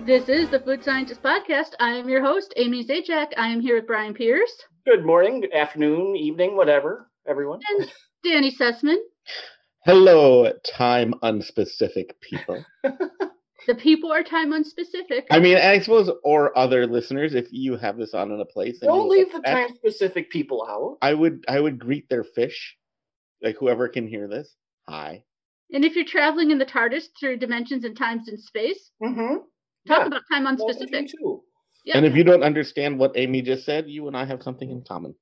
This is the Food Scientist Podcast. I am your host, Amy Zajac. I am here with Brian Pierce Good morning, afternoon, evening, whatever, everyone. and Danny Sussman. Hello, time unspecific people. The people are time unspecific. I mean, I suppose, or other listeners, if you have this on in a place, and Don't you leave the affect- time specific people out. I would, I would greet their fish, like whoever can hear this. Hi. and if you're traveling in the TARDIS through dimensions and times and space, Mm-hmm. talk Yeah. about time Well, with you unspecific. too. Yeah. And if you don't understand what Amy just said, you and I have something in common.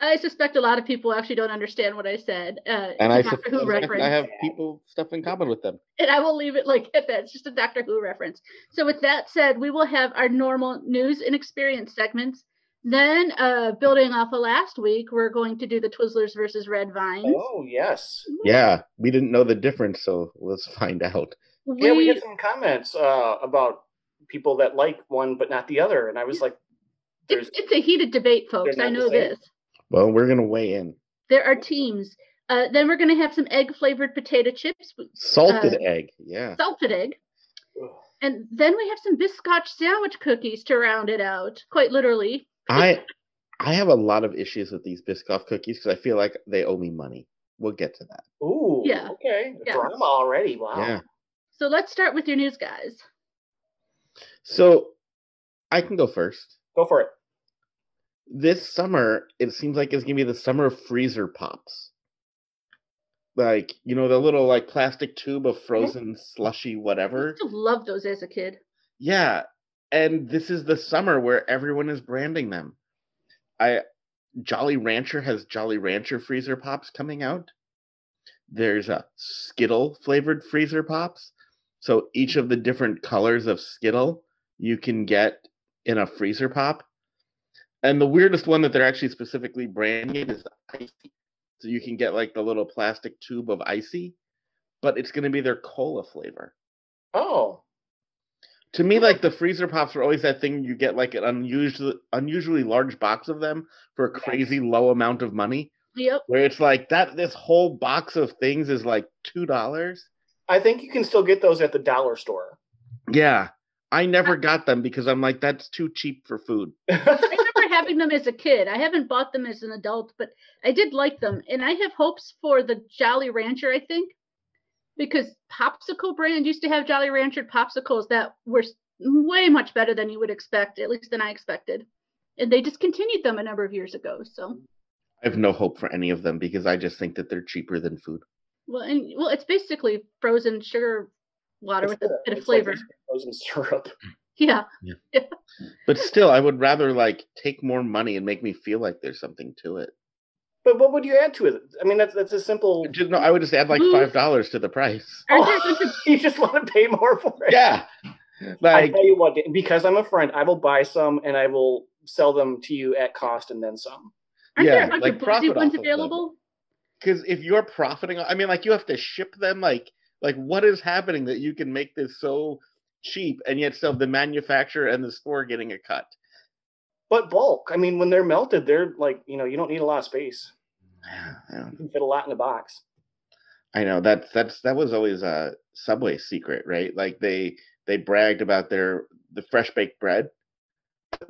I suspect a lot of people actually don't understand what I said. Uh, And I, it's a Doctor suspect Who reference. I have people stuff in common with them. and I will leave it like at that. It's just a Doctor Who reference. So with that said, we will have our normal news and experience segments. Then, uh, building off of last week, we're going to do the Twizzlers versus Red Vines. Oh yes. Yeah, we didn't know the difference, so let's find out. We, Yeah, we had some comments uh, about people that like one but not the other, and I was like, it's, "There's it's a heated debate, folks. they're I not know the same. this. Well, we're gonna weigh in. There are teams. Uh, then we're going to have some egg flavored potato chips, with Salted Uh, egg. Yeah. salted egg. And then we have some biscotch sandwich cookies to round it out, quite literally. I I have a lot of issues with these Biscoff cookies because I feel like they owe me money. We'll get to that. ooh, Yeah. okay, Yeah. drama already." Wow. Yeah. So let's start with your news, guys. So I can go first. Go for it. This summer, it seems like it's gonna be the summer of freezer pops. Like, you know, the little like plastic tube of frozen slushy I whatever. used to love those as a kid. Yeah. And this is the summer where everyone is branding them. I Jolly Rancher has Jolly Rancher freezer pops coming out. There's a Skittle flavored freezer pops. So each of the different colors of Skittle you can get in a freezer pop. And the weirdest one that they're actually specifically branding it is Icy. So you can get like the little plastic tube of Icy, but it's going to be their cola flavor Oh, to me Mm-hmm. like the freezer pops were always that thing you get like an unusual unusually large box of them for a Yes. crazy low amount of money Yep. where it's like that this whole box of things is like two dollars I think you can still get those at the dollar store. yeah i never got them because i'm like that's too cheap for food I remember having them as a kid. I haven't bought them as an adult, but I did like them. And I have hopes for the Jolly Rancher, I think, because Popsicle brand used to have Jolly Rancher popsicles that were s- way much better than you would expect, at least than I expected. And they discontinued them a number of years ago. So, i have no hope for any of them because i just think that they're cheaper than food well, and well, it's basically frozen sugar water It's with a good. bit of It's like flavor. frozen syrup. yeah. but still i would rather like take more money and make me feel like there's something to it But what would you add to it? I mean, that's that's a simple. just, no i would just add like Mm. Booze. five dollars to the price Aren't there a bunch of you just want to pay more for it. yeah I like tell you what, because I'm a friend, I will buy some and I will sell them to you at cost and then some. aren't there Yeah, a bunch like of boozy profit ones off of them. available? because if you're profiting i mean like you have to ship them like like what is happening that you can make this so cheap and yet still have the manufacturer and the store getting a cut But bulk, I mean, when they're melted, they're like, you know, you don't need a lot of space. i don't You can fit a lot in a box. i know that's that's that was always a subway secret right like they they bragged about their the fresh baked bread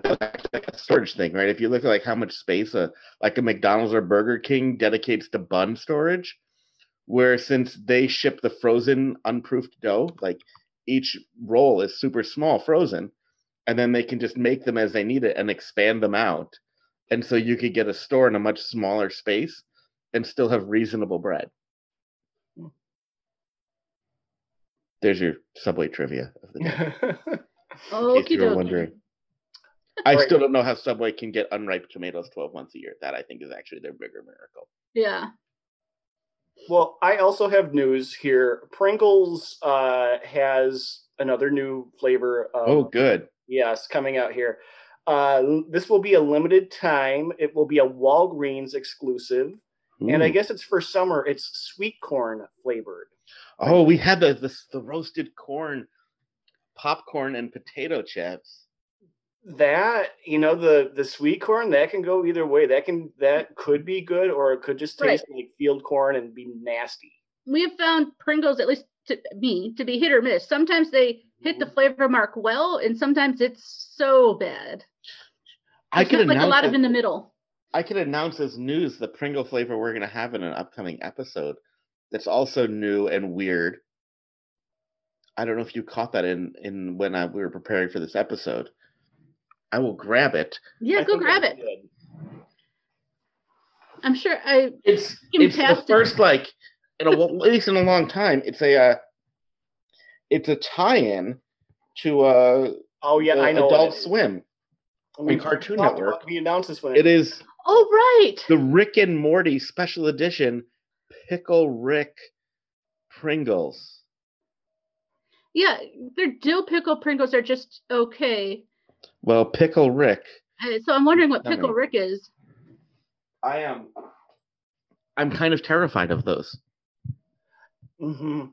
That's a storage thing right if you look at like how much space a like a mcdonald's or burger king dedicates to bun storage where since they ship the frozen unproofed dough like each roll is super small frozen and then they can just make them as they need it and expand them out and so you could get a store in a much smaller space and still have reasonable bread there's your subway trivia of the day Oh, you were wondering. i still don't know how subway can get unripe tomatoes 12 months a year that i think is actually their bigger miracle Yeah. well, I also have news here. Pringles uh, has another new flavor. Of, oh good Yes, coming out here. Uh, this will be a limited time. It will be a Walgreens exclusive. And I Ooh. guess it's for summer. It's sweet corn flavored. Oh, we had the, the the roasted corn, popcorn, and potato chips. That you know the the sweet corn that can go either way. That can that could be good or it could just Right. taste like field corn and be nasty. we have found Pringles, at least to me to be hit or miss. Sometimes they hit the flavor mark well, and sometimes it's so bad. I It's could not like a announce lot of it- in the middle. I could announce as news the Pringle flavor we're going to have in an upcoming episode. That's also new and weird. I don't know if you caught that in in when I, we were preparing for this episode. I will grab it. Yeah, I go think grab that's it. good. I'm sure I It's it's the Fantastic. first like in a, well, at least in a long time. It's a uh, it's a tie-in to uh, Oh yeah, the I know. Adult it. Swim. We and Cartoon talked Network. about- We announced this when It is Oh right. the Rick and Morty special edition Pickle Rick Pringles. Yeah, their dill pickle Pringles are just okay. Well, Pickle Rick Uh, So I'm wondering what Yummy. pickle Rick is. I am. I'm kind of terrified of those. Mhm.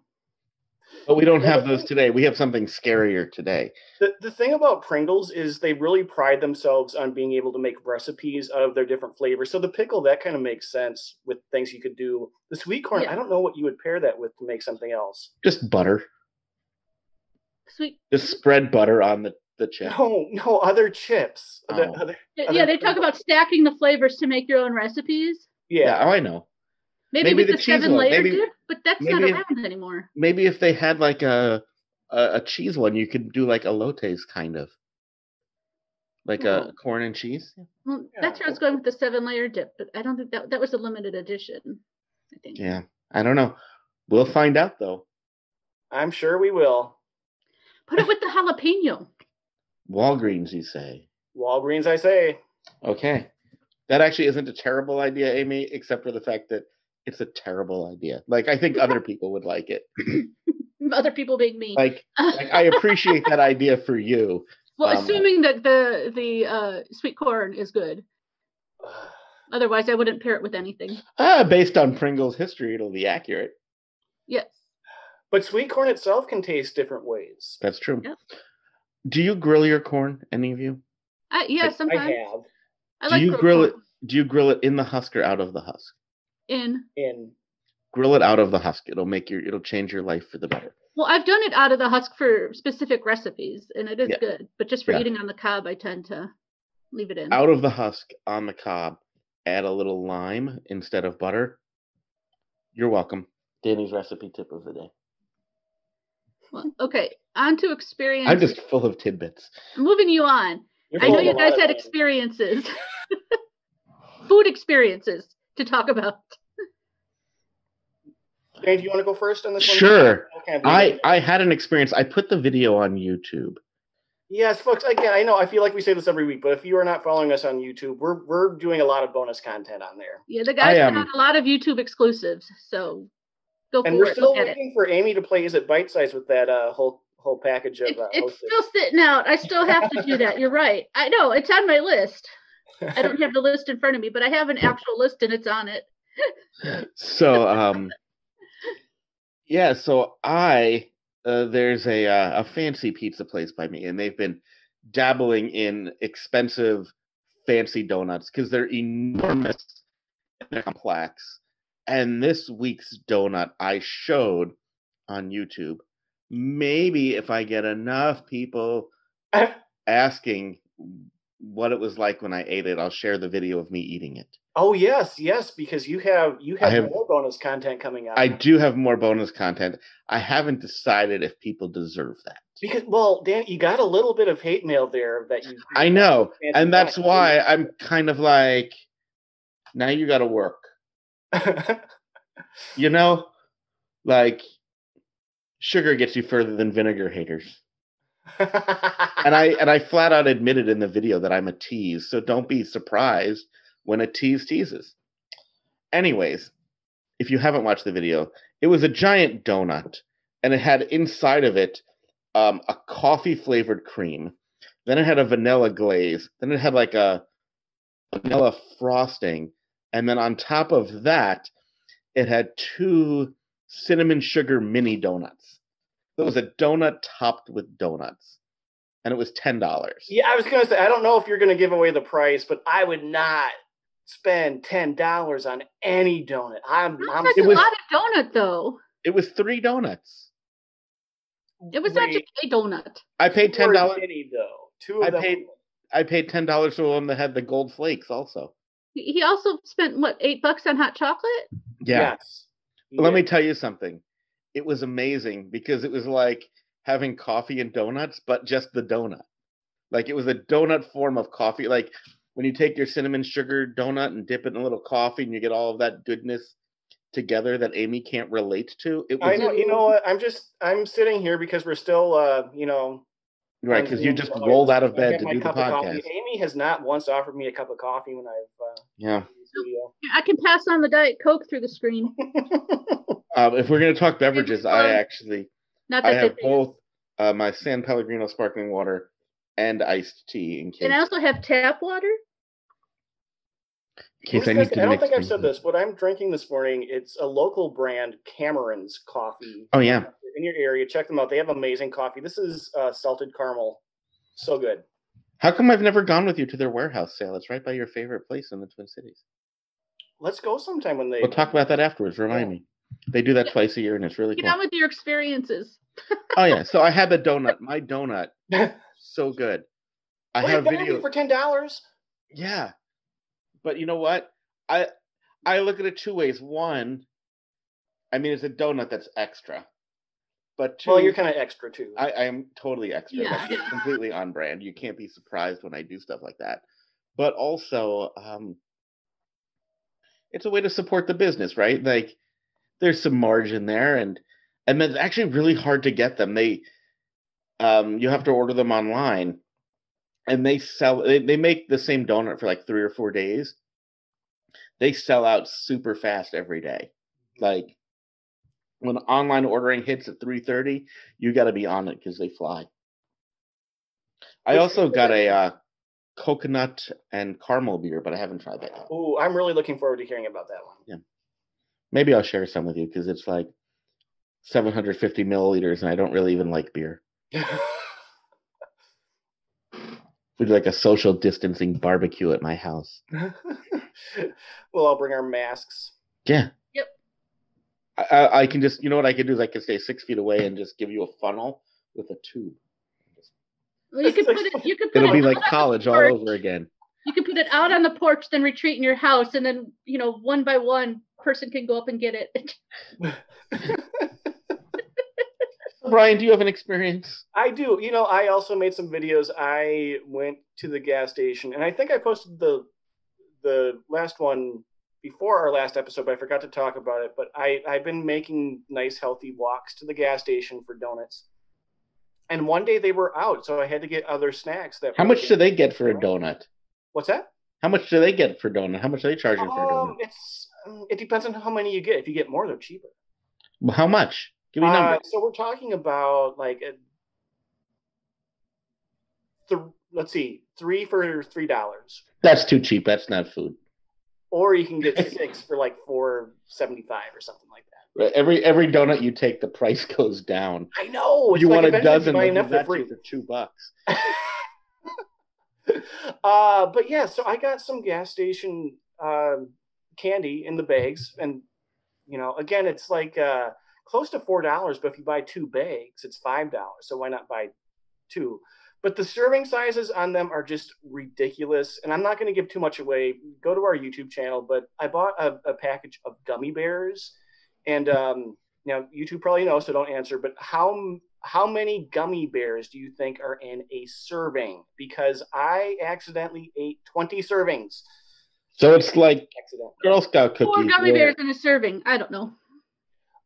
But we don't have those today. We have something scarier today. The, the thing about Pringles is they really pride themselves on being able to make recipes of their different flavors. So the pickle that kind of makes sense with things you could do. The sweet corn, Yeah. I don't know what you would pair that with to make something else. Just butter. Sweet. Just spread butter on the, the chip. No, no other chips. The Oh. other- Yeah, they talk Pringles. about stacking the flavors to make your own recipes. yeah. oh, I know. Maybe, Maybe with the the, cheese seven one, layer maybe- dip, but that's not maybe- around anymore. Maybe if they had like a a, a cheese one, you could do like elotes kind of. Like a corn and cheese. Well, Yeah. that's where I was going with the seven layer dip, but I don't think that that was a limited edition. I think. Yeah. I don't know. We'll find out though. I'm sure we will. Put it with the jalapeno. Walgreens, you say. Walgreens, I say. Okay. That actually isn't a terrible idea, Amy, except for the fact that it's a terrible idea. Like I think other people would like it. Other people being me. Like, like I appreciate that idea for you. well, um, assuming that the the uh, sweet corn is good. Otherwise, I wouldn't pair it with anything. Ah, based on Pringle's history, it'll be accurate. Yes. But sweet corn itself can taste different ways. That's true. Yep. Do you grill your corn? Any of you? I, yeah. Like, I sometimes have I, Do like you grilled grill it corn do you grill it in the husk or out of the husk? in. in Grill it out of the husk. It'll make your it'll change your life for the better. Well, I've done it out of the husk for specific recipes, and it is Yeah. good. But just for Yeah. eating on the cob, I tend to leave it in. Out of the husk on the cob, add a little lime instead of butter. You're welcome. Danny's recipe tip of the day. Well, okay. On to experience. I'm just full of tidbits. moving you on. You're I know full you of a lot guys of had things. experiences, food experiences to talk about. Dan, do you want to go first on this one? Sure. Okay, I'll be I good. I had an experience. I put the video on YouTube. Yes, folks. Again, I know I feel like we say this every week, but if you are not following us on YouTube, we're we're doing a lot of bonus content on there, Yeah, the guys am- had a lot of YouTube exclusives, so go and for we're it. still Look at it. waiting for Amy to play. Is it bite size with that uh, whole whole package of It- uh, It's Hostess? still sitting out. I still have to do that. You're right. I know it's on my list. I don't have the list in front of me, but I have an actual list and it's on it. So um yeah, so I uh, there's a uh, a fancy pizza place by me and they've been dabbling in expensive fancy donuts cuz they're enormous and complex. And this week's donut I showed on YouTube. Maybe if I get enough people asking what it was like when I ate it. I'll share the video of me eating it. oh yes, yes, because you have you I have, have- more bonus content coming out. I do have more bonus content. I haven't decided if people deserve that. because well, Dan, you got a little bit of hate mail there that you. I know. Fancy And that's donut. why I'm kind of like, now you got to work. You know, like sugar gets you further than vinegar haters. and I and I flat out admitted in the video that I'm a tease, so don't be surprised when a tease teases. Anyways, if you haven't watched the video, it was a giant donut, and it had inside of it um, a coffee flavored cream. Then it had a vanilla glaze. Then it had like a vanilla frosting, and then on top of that, it had two cinnamon sugar mini donuts. So It was a donut topped with donuts and it was ten dollars. yeah, I was gonna say I don't know if you're gonna give away the price, but I would not spend ten dollars on any donut. I'm, Not I'm such It a was- lot of donut though. It was three donuts. It was not rate just a donut. I paid for ten a dollars. Mini though, two of I them. paid- I paid ten dollars for one that had the gold flakes. Also, He he also spent what eight bucks on hot chocolate. yeah. Yes. Let me Yeah. tell you something. It was amazing because it was like having coffee and donuts, but just the donut. Like it was a donut form of coffee. Like when you take your cinnamon sugar donut and dip it in a little coffee, and you get all of that goodness together that Amy can't relate to. It was I know. You know what? I'm just. I'm sitting here because we're still. Uh, you know. right on because Zoom, you just so I- rolled out of I bed got to my do the cup of coffee. podcast. Amy has not once offered me a cup of coffee when I've. Uh, Yeah. done this video. I can pass on the diet coke through the screen. Um, if we're gonna talk beverages, I fun. actually Not I that they have both uh, my San Pellegrino sparkling water and iced tea in case, And I also have tap water. in case Who's I need this? to I don't mix think I've things said up. this, but I'm drinking this morning. It's a local brand, Cameron's Coffee. Oh yeah, In your area, check them out. They have amazing coffee. This is uh, salted caramel, so good. how come I've never gone with you to their warehouse sale? It's right by your favorite place in the Twin Cities. Let's go sometime when they. We'll talk about that afterwards. Remind Yeah. me. They do that twice a year, and it's really Get cool. on with your experiences. Oh yeah, so I had the donut. My donut, Wait, so good. I that have would be video. for ten dollars. Yeah. But you know what? I I look at it two ways. One, I mean it's a donut that's extra. But two Well, you're kind of extra too. I, I am totally extra. Yeah, That's just yeah. completely on brand. You can't be surprised when I do stuff like that. But also, um it's a way to support the business, right? Like there's some margin there and and it's actually really hard to get them. They um you have to order them online and they sell they, they make the same donut for like three or four days they sell out super fast every day like when online ordering hits at 3.30 you got to be on it because they fly i Which- also got a uh, coconut and caramel beer but i haven't tried that yet Ooh, I'm really looking forward to hearing about that one. maybe i'll share some with you because it's like 750 milliliters and i don't really even like beer we do like a social distancing barbecue at my house well, I'll bring our masks. Yeah. Yep. I- I, I can just, you know what I could do is I could stay six feet away and just give you a funnel with a tube. Well, you It's could put like- it. You could put It'll it be like out on the college all porch. over again. You could put it out on the porch, then retreat in your house, and then you know one by one person can go up and get it. Brian, do you have an experience? I do. You know, I also made some videos. I went to the gas station, and I think I posted the the last one before our last episode, but I forgot to talk about it. But I I've been making nice healthy walks to the gas station for donuts. And one day they were out, so I had to get other snacks. That How were- much do they get for a donut? What's that? How much do they get for donut? How much are they charging for a Um, donut? it's um, it depends on how many you get. If you get more, they're cheaper. Well, How much? Give me a number. Uh, so we're talking about like a th- let's see, three for three dollars, That's too cheap. That's not food. or you can get six for like four seventy five or something like that. Right, Every every donut you take, the price goes down. I know. you like want a eventually dozen, buy but you enough for got free. you for two bucks. uh, but yeah, so I got some gas station um, candy in the bags, and you know, again, it's like uh, close to four dollars. But if you buy two bags, it's five dollars. So why not buy two? But the serving sizes on them are just ridiculous, and I'm not going to give too much away. Go to our YouTube channel. But I bought a, a package of gummy bears, and um, now YouTube probably knows, so don't answer. But how m- how many gummy bears do you think are in a serving? Because I accidentally ate 20 servings. So it's like Accidentally. Girl Scout cookies. Four gummy where- bears in a serving. I don't know.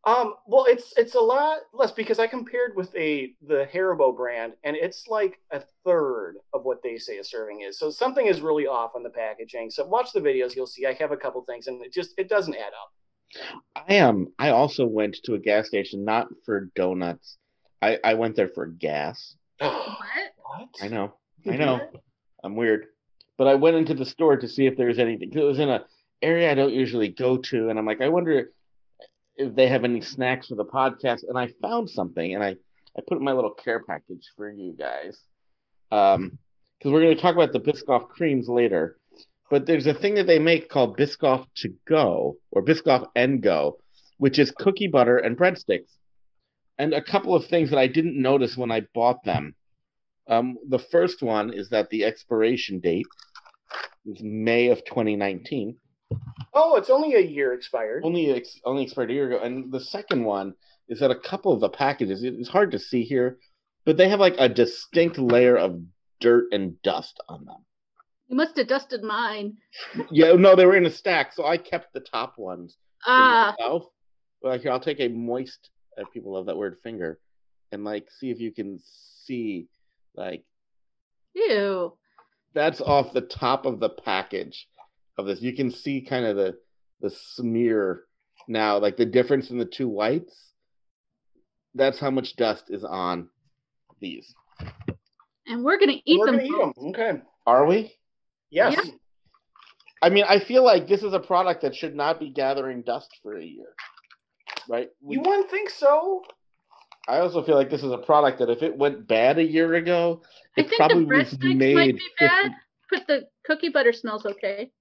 Um, well, it's it's a lot less because I compared with a the Haribo brand, and it's like a third of what they say a serving is. So something is really off on the packaging. So watch the videos; you'll see. I have a couple things, and it just it doesn't add up. I am. I also went to a gas station not for donuts. I I went there for gas. What? what? I know. You I do know. that? I'm weird. But I went into the store to see if there was anything. 'cause It was in a area I don't usually go to, and I'm like, I wonder if they have any snacks for the podcast. And I found something, and I I put it in my little care package for you guys, um, because we're going to talk about the Biscoff creams later. But there's a thing that they make called Biscoff to go or Biscoff and go, which is cookie butter and breadsticks. and a couple of things that I didn't notice when I bought them. Um, the first one is that the expiration date is May of 2019, Oh, it's only a year expired. only ex- only expired a year ago. And the second one is that a couple of the packages, it- it's hard to see here, but they have like a distinct layer of dirt and dust on them. You must have dusted mine. Yeah, no, they were in a stack, so I kept the top ones for Ah, myself. But like, here, I'll take a moist. Uh, people love that word, finger, and like see if you can see, like ew. that's off the top of the package of this. You can see kind of the the smear now, like the difference in the two whites. That's how much dust is on these. And we're gonna eat We're them. gonna eat them. Okay. Are we? Yes. Yeah. I mean, I feel like this is a product that should not be gathering dust for a year, right? We- You wouldn't think so. I also feel like this is a product that if it went bad a year ago, I it think probably the was breadsticks made. might be 50 bad, but the cookie butter smells okay.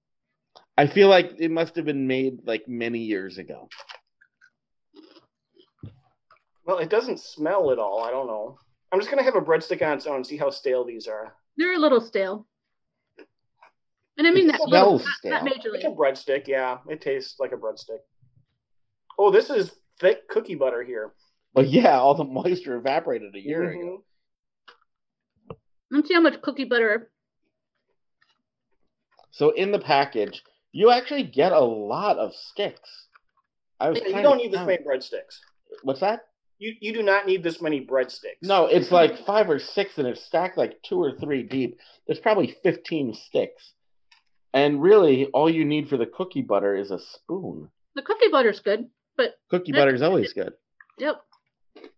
I feel like it must have been made like many years ago. Well, it doesn't smell at all. I don't know. I'm just gonna have a breadstick on its own and see how stale these are. They're a little stale. And I mean It that smells little, not, not It's a majorly. breadstick. Yeah, it tastes like a breadstick. Oh, this is thick cookie butter here. But yeah, all the moisture evaporated a year Mm-hmm. ago. Mhm. Let's see how much cookie butter. So in the package, you actually get a lot of sticks. I was But You kind don't of need this stunned. many breadsticks. What's that? You you do not need this many breadsticks. No, it's like five or six, and it's stacked like two or three deep. There's probably 15 sticks. And really, all you need for the cookie butter is a spoon. The cookie butter's good. Cookie That- butter is always good. Yep. I have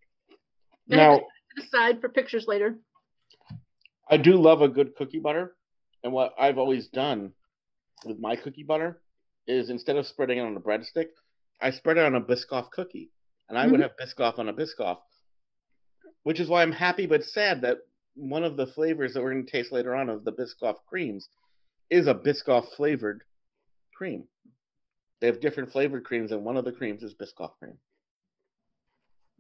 Now, it Aside for pictures later. I do love a good cookie butter. And what I've always done with my cookie butter is instead of spreading it on a breadstick, I spread it on a Biscoff cookie. And I would have Biscoff on a Biscoff, which is why I'm happy but sad that one of the flavors that we're going to taste later on of the Biscoff creams is a Biscoff flavored cream. They have different flavored creams, and one of the creams is Biscoff cream.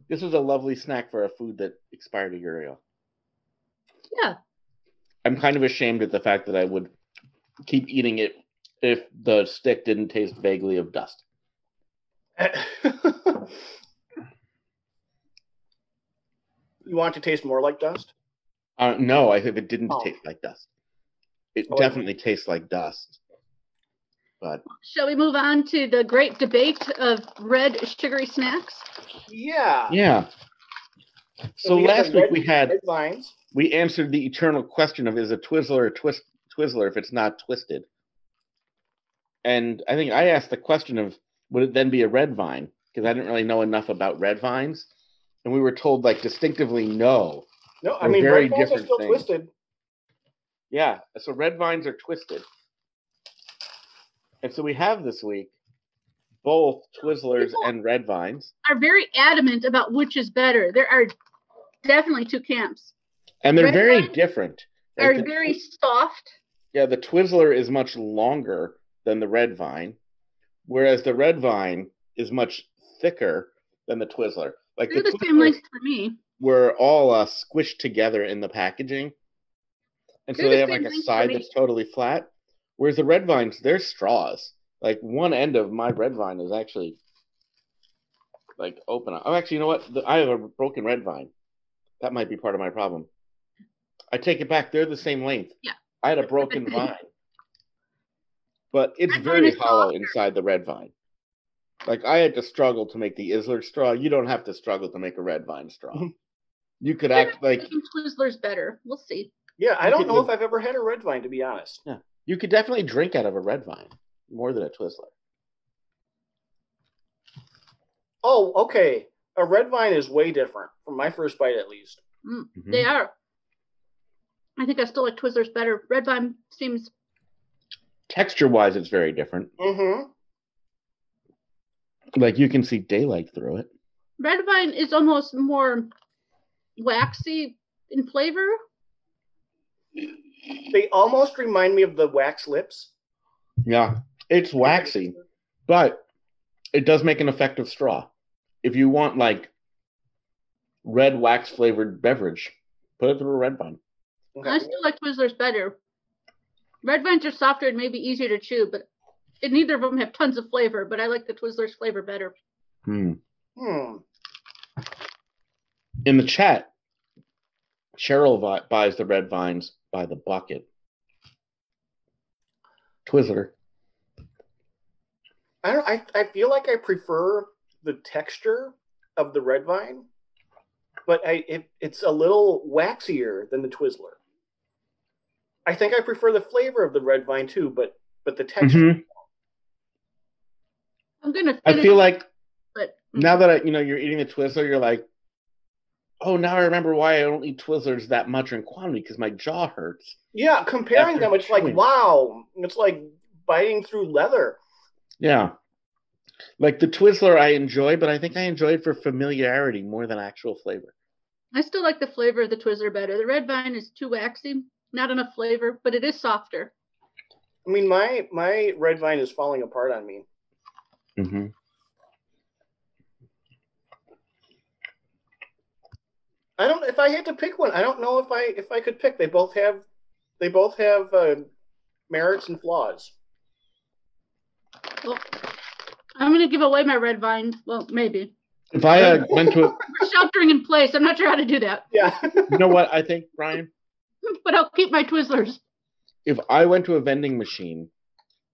This was a lovely snack for a food that expired a year ago. Yeah. I'm kind of ashamed at the fact that I would keep eating it if the stick didn't taste vaguely of dust. you want it to taste more like dust? Uh, no, I think it didn't Oh. taste like dust. It Oh, I- definitely tastes like dust. But Shall we move on to the great debate of red sugary snacks? Yeah. yeah. So Ah. we got the last week red- we had Red vines. we answered the eternal question of is a Twizzler a twist Twizzler if it's not twisted. And I think I asked the question of would it then be a red vine because I didn't really know enough about red vines, and we were told like distinctively no. No, I They're mean very red vines are different still things. twisted. Yeah, so red vines are twisted. And so we have this week both Twizzlers People- and red vines. Are very adamant about which is better. There are definitely two camps. And they're Red very vines different. Like Are the- very soft. yeah, the Twizzler is much longer than the red vine, whereas the red vine is much thicker than the Twizzler. Like They're the, the same Twizzlers length for me. were all uh, squished together in the packaging. And so They're they the have same like a length for side me. that's totally flat. Whereas the red vines, they're straws. Like one end of my red vine is actually like open. Oh, actually, you know what? The, I have a broken red vine. That might be part of my problem. I take it back. They're the same length. Yeah. I had a broken vine. But it's Red vine very is hollow softer. inside the red vine. Like I had to struggle to make the Isler straw. You don't have to struggle to make a red vine straw. you could act like Making Twizzlers better. We'll see. Yeah, I You don't could know if live- I've ever had a red vine to be honest. You could definitely drink out of a red vine more than a Twizzler. Oh, okay. A red vine is way different from my first bite, at least. Hmm. Mm-hmm. They are. I think I still like Twizzlers better. Red Vine seems Texture wise, it's very different. Mm-hmm. Like you can see daylight through it. Red Vine is almost more waxy in flavor. They almost remind me of the wax lips. Yeah, it's waxy, but it does make an effective straw. If you want like red wax flavored beverage. Put it through a red vine. I still like Twizzlers better. Red vines are softer and maybe easier to chew, but and neither of them have tons of flavor. But I like the Twizzlers flavor better. Hmm. Hmm. In the chat, Cheryl vi- buys the red vines by the bucket. Twizzler. I don't. I I feel like I prefer the texture of the red vine, but I it, it's a little waxier than the Twizzler. I think I prefer the flavor of the red vine too, but but the Mm-hmm. texture. I'm gonna. I finish mm, feel like it. now that I, you know you're eating the Twizzler, you're like, oh, now I remember why I don't eat Twizzlers that much in quantity because my jaw hurts. Yeah, comparing After them, it's like chewing. wow, it's like biting through leather. Yeah, like the Twizzler I enjoy, but I think I enjoy it for familiarity more than actual flavor. I still like the flavor of the Twizzler better. The red vine is too waxy, not enough flavor, but it is softer. I mean, my my red vine is falling apart on me. Mm-hmm. I don't. If I had to pick one, I don't know if I if I could pick. They both have, they both have uh, merits and flaws. Well, I'm gonna give away my red vine. Well, maybe If I uh, went to, a, we're sheltering in place. I'm not sure how to do that, Yeah. you know what I think, Brian? but I'll keep my Twizzlers. If I went to a vending machine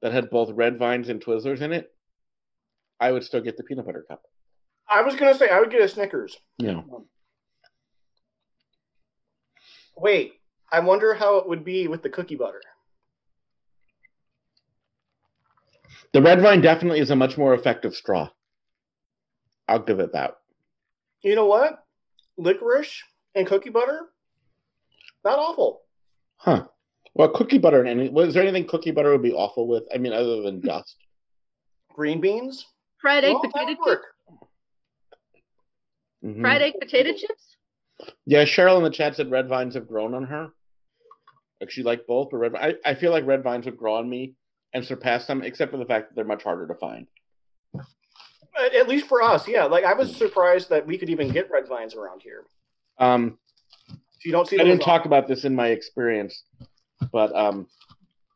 that had both red vines and Twizzlers in it, I would still get the peanut butter cup. I was gonna say I would get a Snickers. Yeah. Wait, I wonder how it would be with the cookie butter. The red vine definitely is a much more effective straw. I'll give it that. You know what? Licorice and cookie butter, not awful. Huh. Well, cookie butter and any was there anything cookie butter would be awful with? I mean, other than dust. Green beans, Fried egg well, that potato would chips. work. Mhm. Fried egg potato chips. Yeah, Cheryl in the chat said red vines have grown on her. Like she liked both, but red. I, I feel like red vines would grow on me and surpass them, except for the fact that they're much harder to find. At- At least for us, yeah. Like I was surprised that we could even get red vines around here. Um, So you don't see. I those didn't talk about this in my experience, but um,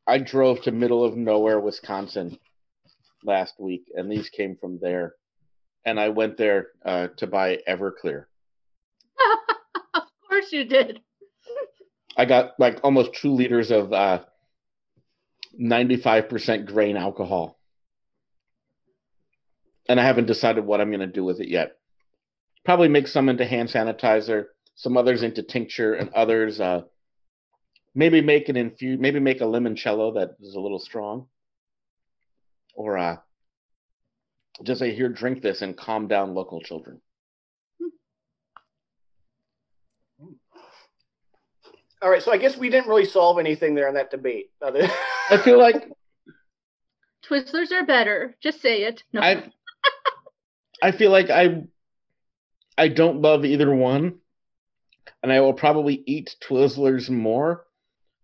I drove to middle of nowhere, Wisconsin last week, and these came from there. And I went there uh, to buy Everclear. of course you did. I got like almost two liters of uh, 95% grain alcohol. And I haven't decided what I'm going to do with it yet. Probably mix some into hand sanitizer, some others into tincture, and others uh, maybe make an infuse, maybe make a limoncello that is a little strong. Or uh, just say, here, drink this and calm down local children. All right, so I guess we didn't really solve anything there in that debate. Other- I feel like Twizzlers are better. Just say it. No. I I feel like I I don't love either one, and I will probably eat Twizzlers more.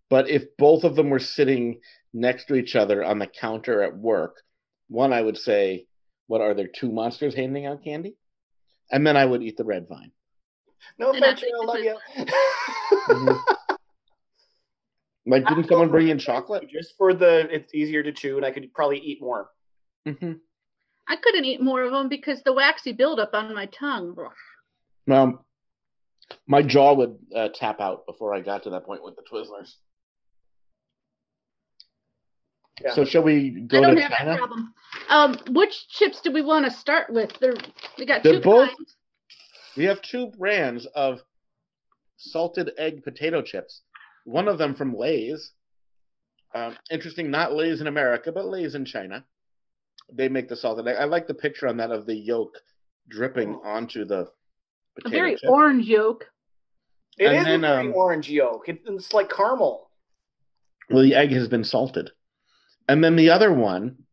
But if both of them were sitting next to each other on the counter at work, one I would say, "What are there two monsters handing out candy?" And then I would eat the red vine. no And I offense, think I this love is- you. Like, didn't someone bring in chocolate? Just for the, it's easier to chew, and I could probably eat more. Mm-hmm. I couldn't eat more of them because the waxy buildup on my tongue. Well, Um, my jaw would uh, tap out before I got to that point with the Twizzlers. Yeah. So, shall we I go don't to have China? that problem. Um, which chips do we want to start with? They're, we got They're two both- kinds. We have two brands of salted egg potato chips. One of them from Lay's. Um, interesting, not Lay's in America, but Lay's in China. They make the salted egg. I like the picture on that of the yolk dripping onto the Oh. A potato very chip. orange yolk. It And is then, a very um, orange yolk. It, it's like caramel. well, the egg has been salted, and then the other one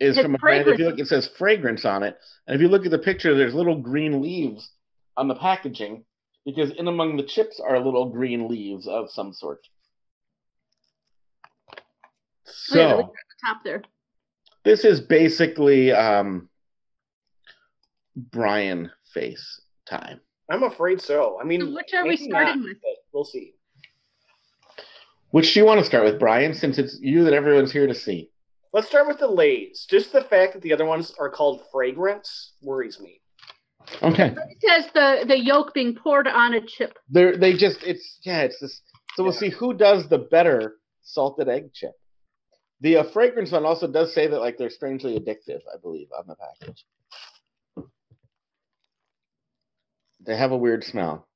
is It has from a brand. If you fragrance. look, it says fragrance on it, and if you look at the picture, there's little green leaves on the packaging because in among the chips are little green leaves of some sort. Oh, yeah, the So leaves are Top there. this is basically um, Brian face time. I'm afraid so. I mean, So which are we maybe not, starting with? but We'll see. Which do you want to start with, Brian? Since it's you that everyone's here to see. Let's start with the Lays. Just the fact that the other ones are called fragrance worries me. Okay. It says the the yolk being poured on a chip. They're they just it's yeah it's this. So we'll Yeah. see who does the better salted egg chip. The uh, fragrance one also does say that like they're strangely addictive, I believe, on the package. They have a weird smell.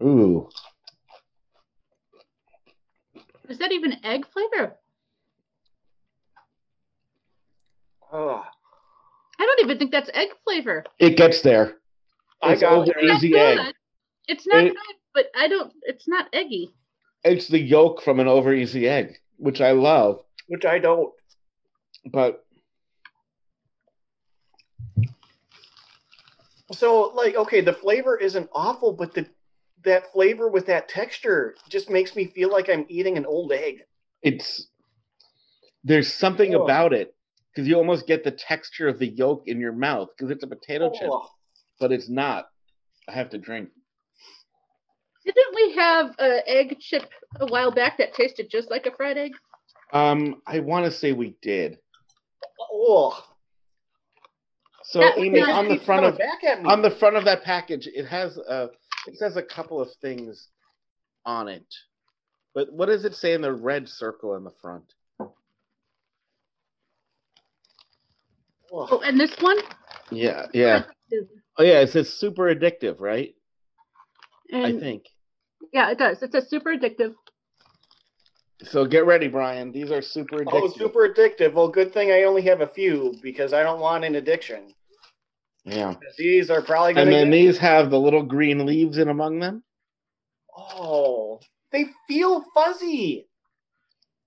Ooh, Is that even egg flavor? Ugh. I don't even think that's egg flavor. it gets there. I It's got over there. It's not easy good. egg. It's not It- good, but I don't. It's not eggy. It's the yolk from an over easy egg, which I love, Which I don't. but So like okay, the flavor isn't awful, but the that flavor with that texture just makes me feel like I'm eating an old egg. it's there's something Ugh. about it because you almost get the texture of the yolk in your mouth because it's a potato chip, Ugh. but it's not. I have to drink. Didn't we have an egg chip a while back that tasted just like a fried egg? Um, I want to say we did. Ugh. So That- Amy, that- on the Keep front coming of back at me. on the front of that package, it has a it says a couple of things on it, but what does it say in the red circle in the front? Ugh. Oh, and this one. Yeah, yeah, oh yeah. It says super addictive, right? I Mm. And think. yeah, it does. It says super addictive. So get ready, Brian. These are super addictive. Oh, super addictive. Well, good thing I only have a few because I don't want an addiction. Yeah. These are probably going And to then get. these have the little green leaves in among them. oh, they feel fuzzy.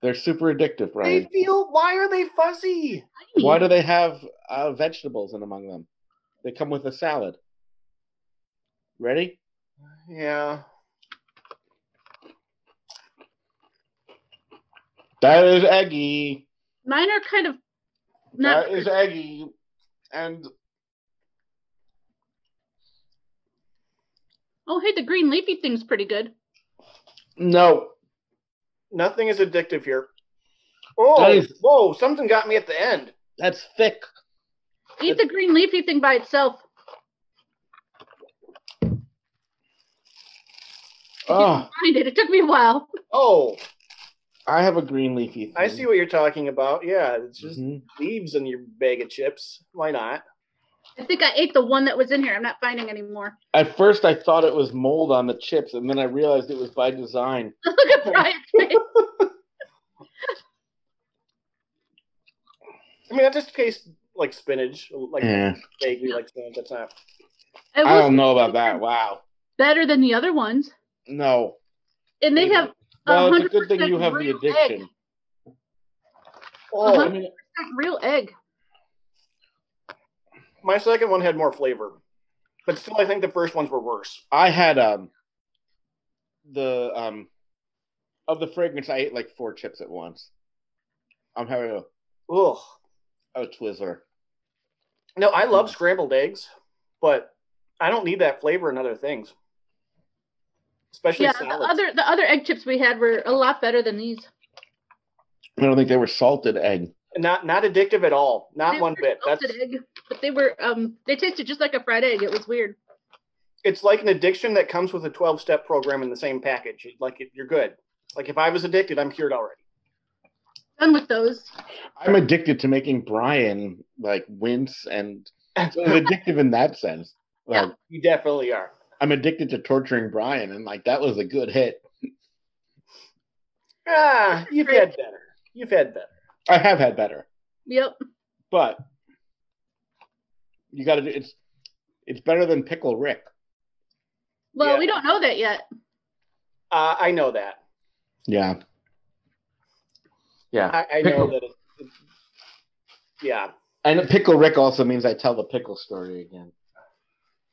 They're super addictive, They Brian. feel. Why are they fuzzy? Why do they have uh, vegetables in among them? They come with a salad. Ready? Yeah. That is eggy. Mine are kind of not. That is eggy. And oh, hey, the green leafy thing's pretty good. no, Nothing is addictive here. Oh, That is- whoa! Something got me at the end. that's thick. Eat the green leafy thing by itself. Oh, Find it. It took me a while. Oh, I have a green leafy. Thing. I see what you're talking about. Yeah, it's just Mhm. leaves in your bag of chips. Why not? I think I ate the one that was in here. I'm not finding any more. At first, I thought it was mold on the chips, and then I realized it was by design. Look at Oh. Brian. I mean, that just tastes like spinach, like Yeah. vaguely like spinach. That's not. It I was don't know about that. Wow. better than the other ones, No. and they have Well, it's a good thing you 100% have the real addiction. egg. Oh, I Uh-huh. mean, real egg. my second one had more flavor, but still, I think the first ones were worse. I had um the um of the fragrance I ate like four chips at once. I'm having a, Ugh. a Twizzler. No, I love scrambled eggs, but I don't need that flavor in other things, especially Yeah, the salads. other the other egg chips we had were a lot better than these. I don't think they were salted egg. not not addictive at all. Not They one were bit. That's salted egg, but they were um they tasted just like a fried egg. It was weird. it's like an addiction that comes with a 12 step program in the same package. Like it, you're good. Like if I was addicted, I'm cured already. Done with those. I'm addicted to making Brian like wince and so it's addictive in that sense. Like You definitely are. I'm addicted to torturing Brian and like that was a good hit. Ah, you've had better. You've had better. I have had better. Yep. But you gotta do it's it's better than pickle Rick. Well, Yeah. we don't know that yet. Uh, I know that. Yeah. Yeah. I, I know that. It, it, yeah. And pickle Rick also means I tell the pickle story again.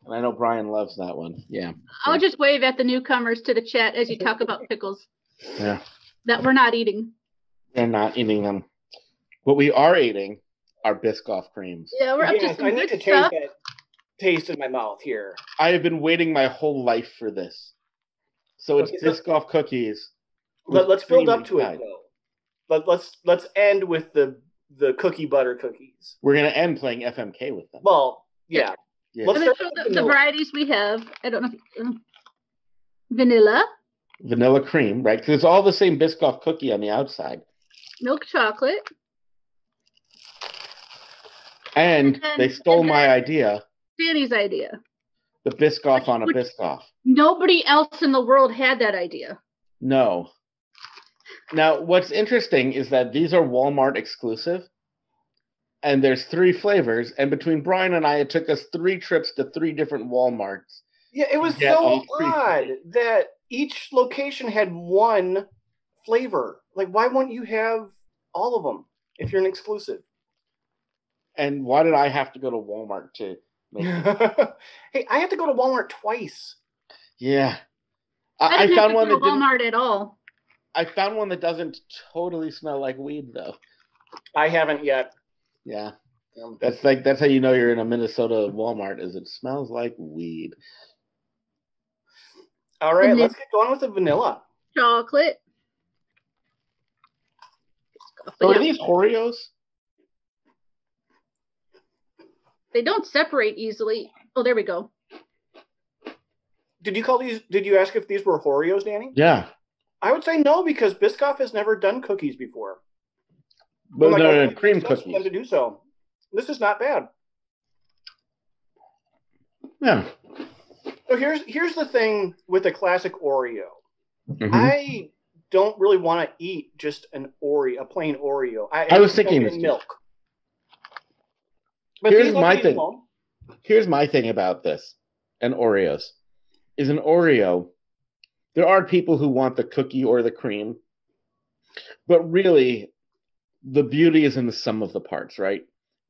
And I know Brian loves that one. Yeah. I'll just wave at the newcomers to the chat as you talk about pickles Yeah. that we're not eating. They're not eating them. What we are eating are Biscoff creams. Yeah, we're up Yes, to some I need good to change stuff. that. taste in my mouth here. I have been waiting my whole life for this. So it's Okay, so- disc golf cookies. Let, let's build up to it Cream though. Let, let's let's end with the the cookie butter cookies. We're gonna end playing FMK with them. Well, yeah. Yeah. let's I'm going to show start with the, the vanilla. varieties we have. I don't know. If, um, vanilla, Vanilla cream, right? Because it's all the same Biscoff cookie on the outside, milk chocolate. and And- they stole and my then- idea. Danny's idea. The Biscoff on a Which- Biscoff. Nobody else in the world had that idea. No. Now, what's interesting is that these are Walmart exclusive, and there's three flavors. And between Brian and I, it took us three trips to three different Walmarts. Yeah, it was Yeah, so I'm pretty odd sure. that each location had one flavor. Like, why wouldn't you have all of them if you're an exclusive? And why did I have to go to Walmart to make? hey, I had to go to Walmart twice. yeah, I, I, I didn't found have one to go that to didn't. Walmart at all. I found one that doesn't totally smell like weed, though. I haven't yet. Yeah, Um, that's like that's how you know you're in a Minnesota Walmart is it smells like weed. All right, Vanilla. let's get going with the vanilla. Chocolate. So But are yeah, these Oreos? they don't separate easily. Oh, there we go. Did you call these? Did you ask if these were Oreos, Danny? Yeah, I would say no because Biscoff has never done cookies before. but Like, no, I no, don't no, think cream it's sense for them cookies. to do so. This is not bad. Yeah. So here's here's the thing with a classic Oreo. Mhm. I don't really want to eat just an Oreo, a plain Oreo. I, I was thinking milk. this, too. milk. But Here's these are my these thing. alone. here's my thing about this and Oreos is an Oreo. There are people who want the cookie or the cream, but really, the beauty is in the sum of the parts, right?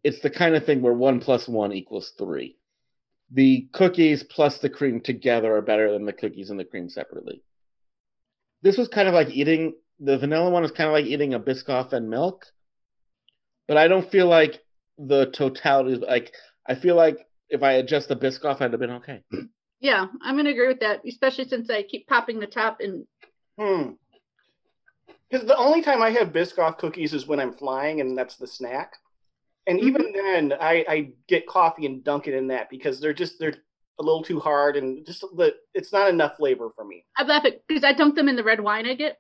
It's the kind of thing where one plus one equals three. The cookies plus the cream together are better than the cookies and the cream separately. This was kind of like eating the vanilla one is kind of like eating a Biscoff and milk, but I don't feel like the totality. Like I feel like if I had just the Biscoff, I'd have been okay. Yeah, I'm going to agree with that, especially since I keep popping the top and Hmm. Because the only time I have Biscoff cookies is when I'm flying, and that's the snack. And even then, I, I get coffee and dunk it in that because they're just they're a little too hard and just the it's not enough flavor for me. I laugh at because I dunk them in the red wine I get.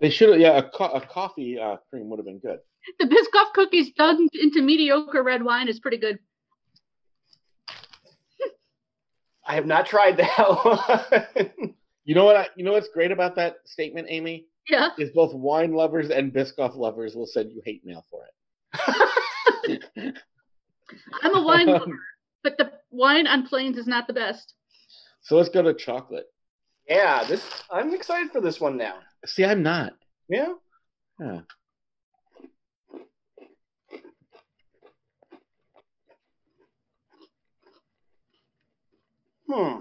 They should have, yeah, a, co- a coffee uh, cream would have been good. The Biscoff cookies dunked into mediocre red wine is pretty good. I have not tried that one. You know what? I, you know what's great about that statement, Amy, Yeah. is both wine lovers and Biscoff lovers will send you hate mail for it. I'm a wine Um, lover, but the wine on planes is not the best. So let's go to chocolate. yeah, this I'm excited for this one now. See, I'm not. Yeah. Yeah. Hmm.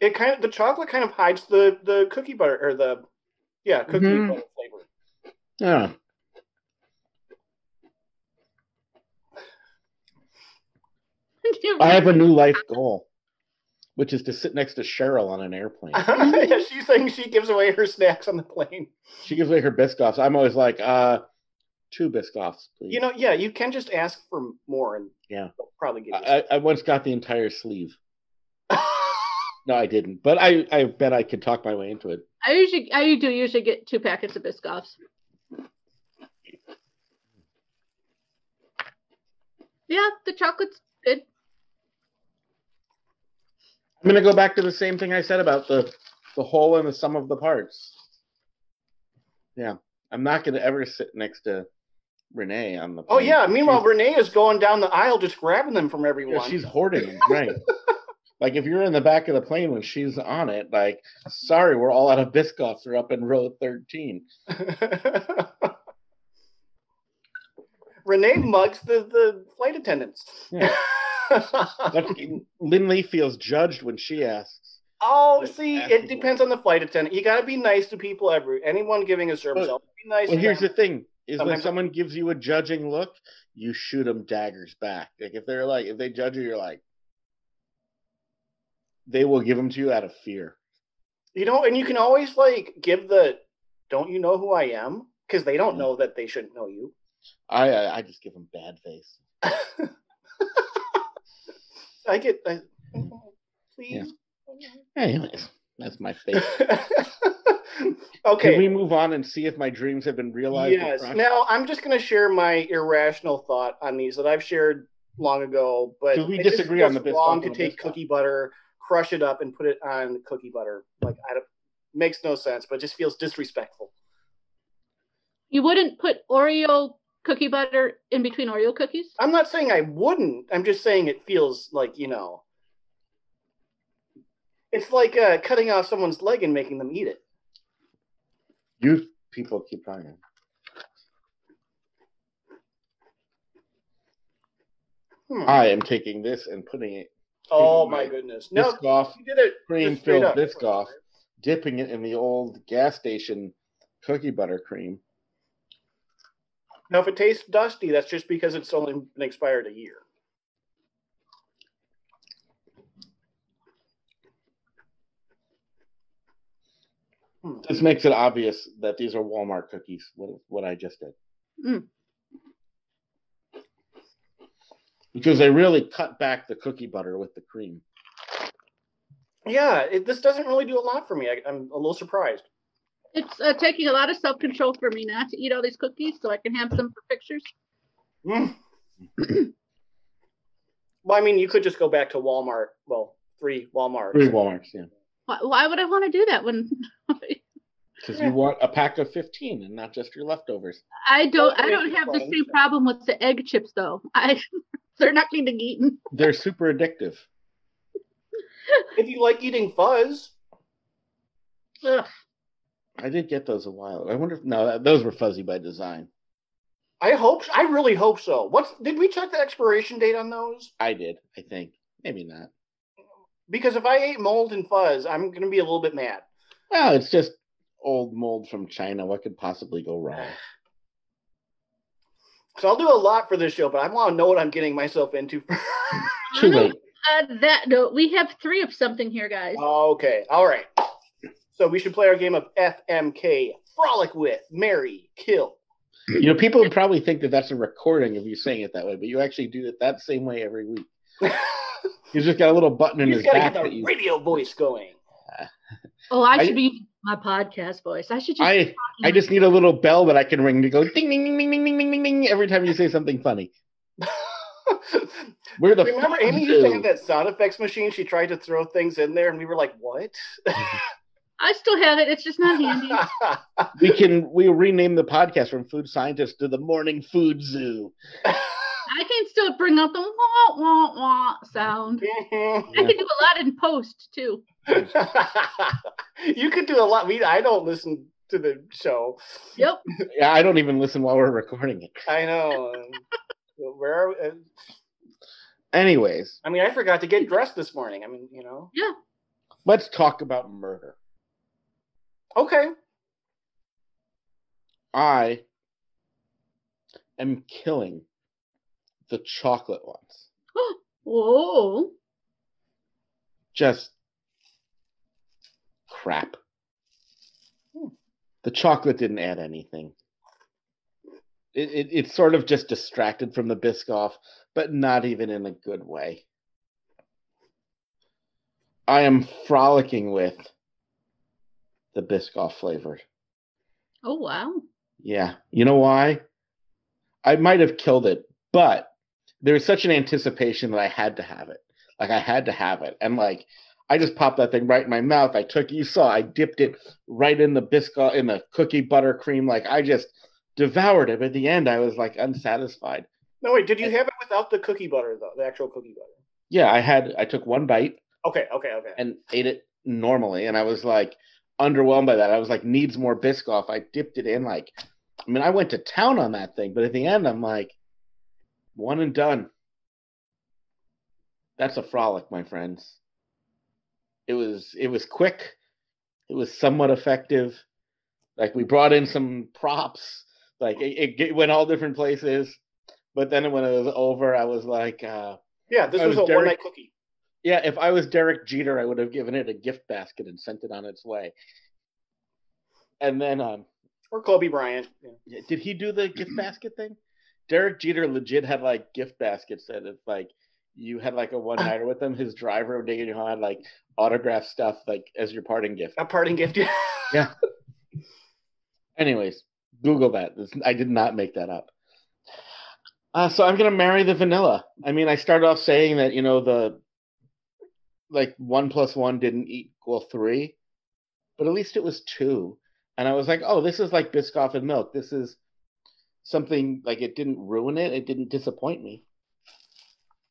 It kind of the chocolate kind of hides the the cookie butter or the yeah cookie Mhm. butter flavor. Yeah. I have a new life goal, which is to sit next to Cheryl on an airplane. yeah, she's saying she gives away her snacks on the plane. She gives away her Biscoffs. I'm always like, uh, two Biscoffs, please. You know, yeah, you can just ask for more and Mm. Yeah. they'll probably give you. I, I I once got the entire sleeve. some. No, I didn't, but I, I bet I could talk my way into it. I usually I do usually get two packets of Biscoffs. Yeah, the chocolate's good. I'm gonna go back to the same thing I said about the the whole and the sum of the parts. Yeah, I'm not gonna ever sit next to Renee on the. oh plane. yeah. Meanwhile, She's- Renee is going down the aisle just grabbing them from yeah, everyone. she's hoarding, them, right? like if you're in the back of the plane when she's on it, like, sorry, we're all out of Biscoffs. We're up in row thirteen. Renee mugs the, the flight attendants. Yeah. That's, Lindley feels judged when she asks. oh, see, Ask it people. depends on the flight attendant. You got to be nice to people. Every anyone giving a service, But- help. be nice. Well, to here's them. the thing: is when Sometimes- someone gives you a judging look, you shoot them daggers back. Like if they're like if they judge you, you're like, they will give them to you out of fear. You know, and you can always like give the don't you know who I am? Because they don't know that they shouldn't know you. I I, I just give them bad face. I get I, please. Anyways, that's my fate. okay. Can we move on and see if my dreams have been realized? Yes. Brian? Now I'm just going to share my irrational thought on these that I've shared long ago, but 'Cause we it just disagree on feels the Biscoff wrong and to the take Biscoff. cookie butter, crush it up, and put it on cookie butter. Like, I don't, makes no sense, but it just feels disrespectful. You wouldn't put Oreo cookie butter in between Oreo cookies? I'm not saying I wouldn't. I'm just saying it feels like you know, it's like uh, cutting off someone's leg and making them eat it. you people keep talking. Hmm. I am taking this and putting it oh Taking my my goodness! No, Biscoff you did it. cream just straight filled up. Biscoff, dipping it in the old gas station cookie butter cream. Now, if it tastes dusty, that's just because it's only been expired a year. Hmm. This makes it obvious that these are Walmart cookies. What what I just did. Mm. Because they really cut back the cookie butter with the cream. Yeah, it, this doesn't really do a lot for me. I, I'm a little surprised. It's uh, taking a lot of self control for me not to eat all these cookies so I can have some for pictures. Hmm. well, I mean, you could just go back to Walmart. Well, three Walmart. Three Walmarts, yeah. Why, why would I want to do that when Because you want a pack of fifteen and not just your leftovers. I don't? I Well, don't it's have the fine. same problem with the egg chips though. I they're not getting eaten. They're super addictive. If you like eating fuzz, Ugh. I did get those a while. I wonder if no, that- those were fuzzy by design. I hope. I really hope so. What's did we check the expiration date on those? I did, I think. Maybe not. Because if I ate mold and fuzz, I'm gonna be a little bit mad. Well, it's just old mold from China. What could possibly go wrong? So I'll do a lot for this show, but I want to know what I'm getting myself into. Too late. On that note, we have three of something here, guys. okay, all right. So we should play our game of FMK: Frolic with, Marry, Kill. You know, people would probably think that that's a recording of you saying it that way, but you actually do it that same way every week. He's just got a little button in He's his got to back get that the you. radio voice going. Oh, I, I- should be using my podcast voice. I should just I I just need a little bell that I can ring to go ding ding ding ding ding ding ding ding ding every time you say something funny. We're the Remember, Amy used to have that sound effects machine. She tried to throw things in there, and we were like, "What?" I still have it. It's just not handy. we can we rename the podcast from Food Scientist to the Morning Food Zoo. I can still bring out the wah wah wah sound. I can Yeah. do a lot in post too. you could do a lot. We I don't listen to the show. Yep. Yeah, I don't even listen while we're recording it. I know. Where are we? Anyways, I mean, I forgot to get dressed this morning. I mean, you know. let's talk about murder. Okay. I am killing the chocolate ones. Whoa. Just crap. The chocolate didn't add anything. It, it, it sort of just distracted from the Biscoff, but not even in a good way. I am frolicking with the Biscoff flavored. Oh wow. Yeah. You know why? I might have killed it, but there was such an anticipation that I had to have it. Like I had to have it. And like I just popped that thing right in my mouth. I took you saw I dipped it right in the biscuit in the cookie butter cream. Like I just devoured it. But at the end I was like unsatisfied. No wait. Did you have it without the cookie butter though? The actual cookie butter. Yeah, I had I took one bite Okay. Okay. Okay. and ate it normally and I was like underwhelmed by that. I was like needs more Biscoff. I dipped it in like I mean I went to town on that thing, but at the end I'm like one and done. That's a frolic, my friends. It was it was quick. It was somewhat effective. Like we brought in some props. Like it, it, it went all different places. But then when it was over, I was like, uh, Yeah, this I was, was a one Derek- night cookie. yeah, if I was Derek Jeter, I would have given it a gift basket and sent it on its way. And then, um, Or Kobe Bryant. Yeah. Yeah, Did he do the gift basket thing? Derek Jeter legit had like gift baskets that it's like you had like a one nighter with him. His driver would take you on like autograph stuff like as your parting gift. A parting gift. Yeah. Anyways, Google that. It's, I did not make that up. Uh, so I'm gonna marry the vanilla. I mean, I started off saying that you know the like one plus one didn't equal three, but at least it was two. And I was like, oh, this is like Biscoff and milk. This is something like it didn't ruin it. It didn't disappoint me.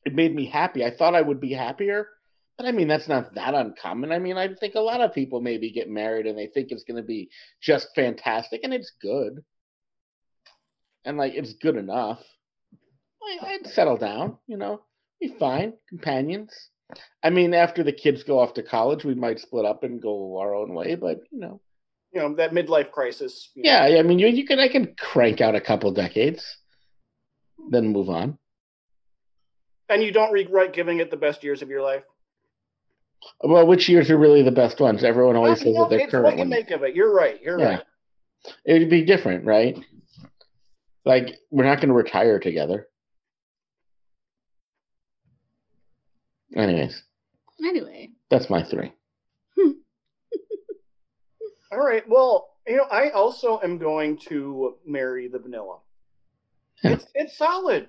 It made me happy. I thought I would be happier, but I mean that's not that uncommon. I mean, I think a lot of people maybe get married and they think it's gonna be just fantastic and it's good and like it's good enough I, i'd settle down you know be fine companions i mean after the kids go off to college we might split up and go our own way but you know You know, that midlife crisis. you know. yeah i mean you, you can i can crank out a couple decades then move on And you don't regret giving it the best years of your life. well which years are really the best ones everyone always You says know, that their it's what current you one make of it. You're right. You're Yeah. right. it would be different right like we're not going to retire together anyways Anyway, That's my three. All right. Well, you know, I also am going to marry the vanilla. Yeah. It's it's solid.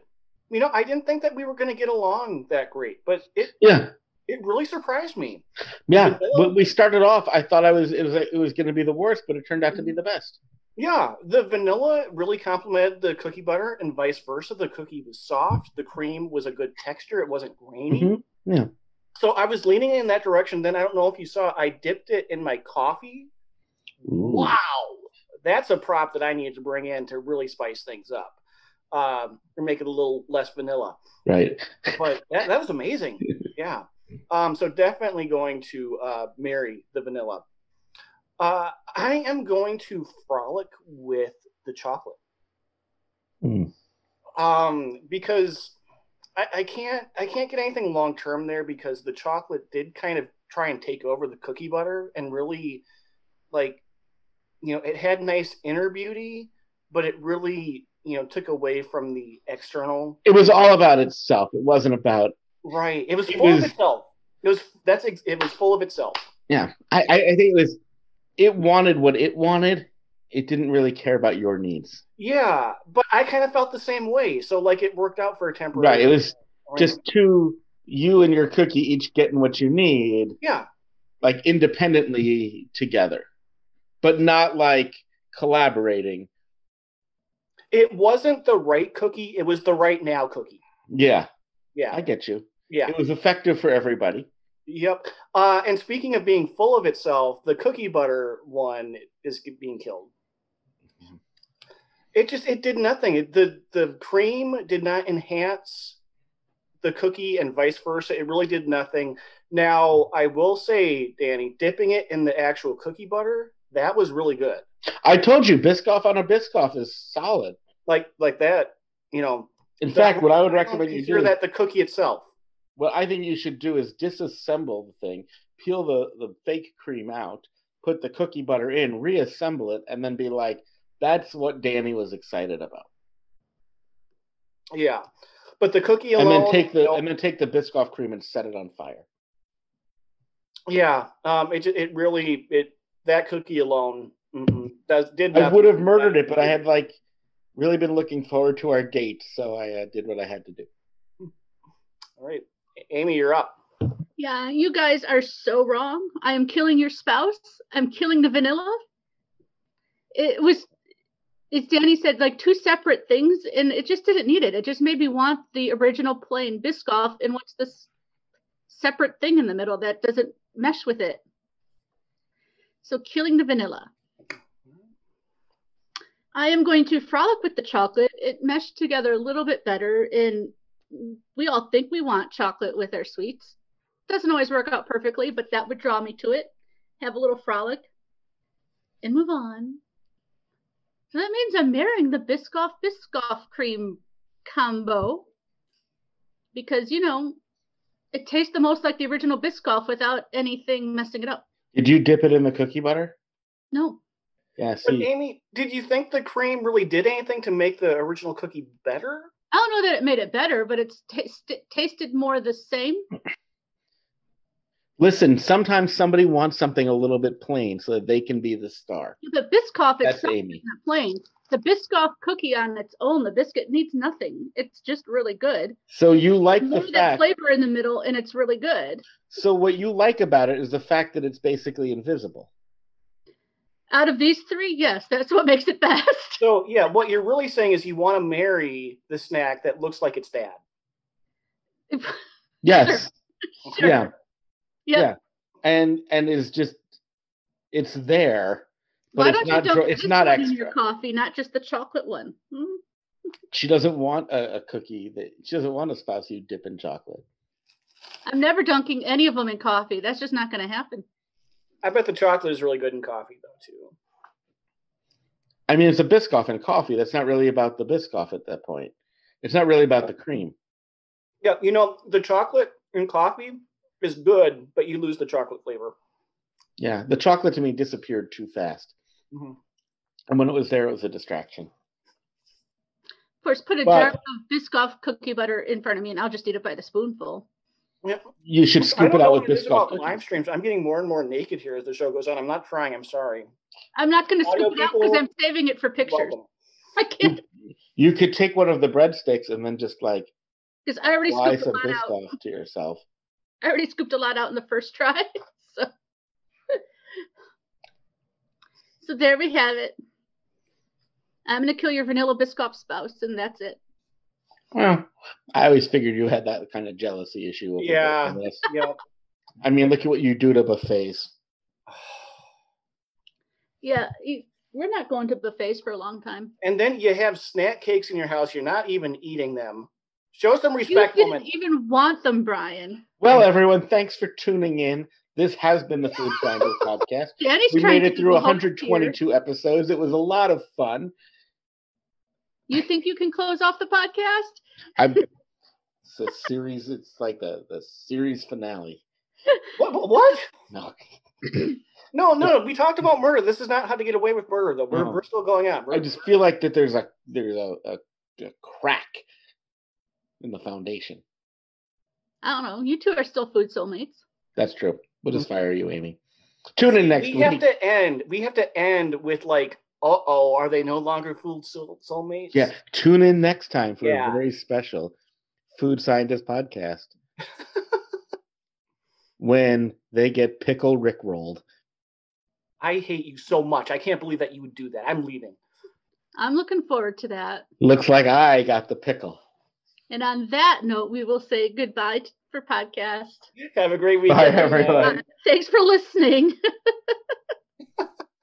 You know, I didn't think that we were going to get along that great, but it Yeah, it really surprised me. yeah. But we started off. I thought I was it was it was going to be the worst, but it turned out to be the best. Yeah, the vanilla really complemented the cookie butter, and vice versa. The cookie was soft. The cream was a good texture. It wasn't grainy. Mhm. So I was leaning in that direction. Then I don't know if you saw, I dipped it in my coffee. Wow, that's a prop that I needed to bring in to really spice things up, um, or make it a little less vanilla. Right. but that, that was amazing. Yeah. Um, so definitely going to uh, marry the vanilla. Uh, I am going to frolic with the chocolate. Mm. Um, because I, I can't I can't get anything long term there because the chocolate did kind of try and take over the cookie butter and really like you know it had nice inner beauty, but it really you know took away from the external It was all about itself. It wasn't about. Right. It was It full was- of itself. It was that's ex- it was full of itself. Yeah. I I, I think it was. It wanted what it wanted. It didn't really care about your needs. Yeah, but I kind of felt the same way. So like it worked out for a temporary. Right. It was arrangement. just two you and your cookie each getting what you need, yeah, like independently together, but not like collaborating. it wasn't the right cookie. It was the right now cookie. Yeah, Yeah, I get you. yeah, It was effective for everybody. yep. Uh, and speaking of being full of itself, the cookie butter one is being killed. It just it did nothing. It, the the cream did not enhance the cookie and vice versa. It really did nothing. Now, I will say, Danny, dipping it in the actual cookie butter, that was really good. I told you, Biscoff on a Biscoff is solid. Like like that, you know. In fact, what I would recommend you consider do, that. that the cookie itself. what I think you should do is disassemble the thing, peel the, the fake cream out, put the cookie butter in, reassemble it, and then be like, that's what Danny was excited about. Yeah. But the cookie And alone then take you the know, and then take the Biscoff cream and set it on fire. Yeah, um, it ju- it really it that cookie alone mm-mm, does did I not. would have murdered it, but I had like really been looking forward to our date, so I uh, did what I had to do. All right, A- Amy, you're up. yeah, you guys are so wrong. I am killing your spouse. I'm killing the vanilla. It was, as Danny said, like two separate things, and it just didn't need it. It just made me want the original plain Biscoff, and what's this separate thing in the middle that doesn't mesh with it? So, killing the vanilla. I am going to frolic with the chocolate. It meshed together a little bit better, and we all think we want chocolate with our sweets. Doesn't always work out perfectly, but that would draw me to it. Have a little frolic and move on. So that means I'm marrying the Biscoff Biscoff cream combo because you know it tastes the most like the original Biscoff without anything messing it up. Did you dip it in the cookie butter? No, Yeah, But see, Amy, did you think the cream really did anything to make the original cookie better? I don't know that it made it better, but it's taste- tasted more the same. listen, sometimes somebody wants something a little bit plain so that they can be the star. The Biscoff That's itself Amy. isn't plain. The Biscoff cookie on its own, the biscuit needs nothing. It's just really good. So you like More the of that fact. flavor in the middle, and it's really good. So what you like about it is the fact that it's basically invisible. Out of these three, yes, that's what makes it best. So yeah, what you're really saying is you want to marry the snack that looks like its dad. Yes. Sure. Yeah. Yep. yeah. And and is just it's there, but Why it's don't not you dro- dump it's this not one in your extra. coffee, not just the chocolate one? Hmm? she doesn't want a, a cookie that she doesn't want a spouse you dip in chocolate. I'm never dunking any of them in coffee. That's just not going to happen. I bet the chocolate is really good in coffee though too. I mean, it's a Biscoff and coffee. That's not really about the Biscoff at that point. It's not really about the cream. Yeah, you know the chocolate in coffee is good, but you lose the chocolate flavor. Yeah, the chocolate to me disappeared too fast, Mhm. and when it was there, it was a distraction. Of course, put a But- jar of Biscoff cookie butter in front of me, and I'll just eat it by the spoonful. Yeah. You should I scoop don't it know out with what it is about Biscoff. live cookies. streams. I'm getting more and more naked here as the show goes on. I'm not trying. I'm sorry. I'm not going to I scoop know it out because people- I'm saving it for pictures. Welcome. I can't You could take one of the breadsticks and then just like because I already apply scooped a some lot out. Biscoff to yourself. I already scooped a lot out in the first try. So, so there we have it. I'm going to kill your vanilla Biscoff spouse, and that's it. Well, I always figured you had that kind of jealousy issue. over Yeah. this. Yeah. I mean, look at what you do to buffets. Yeah, you, we're not going to buffets for a long time. And then you have snack cakes in your house. You're not even eating them. Show some You respect, didn't woman. even want them, Brian. Well, everyone, thanks for tuning in. This has been the Food Finders podcast. Danny's We trying made to it be through the host here. 122 episodes. It was a lot of fun. You think you can close off the podcast? I'm, it's a series. It's like the the series finale. What? what- What? No, No, no, no. We talked about murder. This is not how to get away with murder, though. We're, No. we're still going on. I We're- just feel like that there's a there's a, a, a crack in the foundation. I don't know. You two are still food soulmates. That's true. We'll just fire you, Amy. Tune in next we week. have to end. We have to end with like, uh oh, are they no longer food soul, soulmates? Yeah, tune in next time for a Yeah. very special food scientist podcast when they get pickle rickrolled. I hate you so much. I can't believe that you would do that. I'm leaving. I'm looking forward to that. Looks like I got the pickle. And on that note, we will say goodbye t- for podcast. Have a great weekend. everyone. Thanks for listening.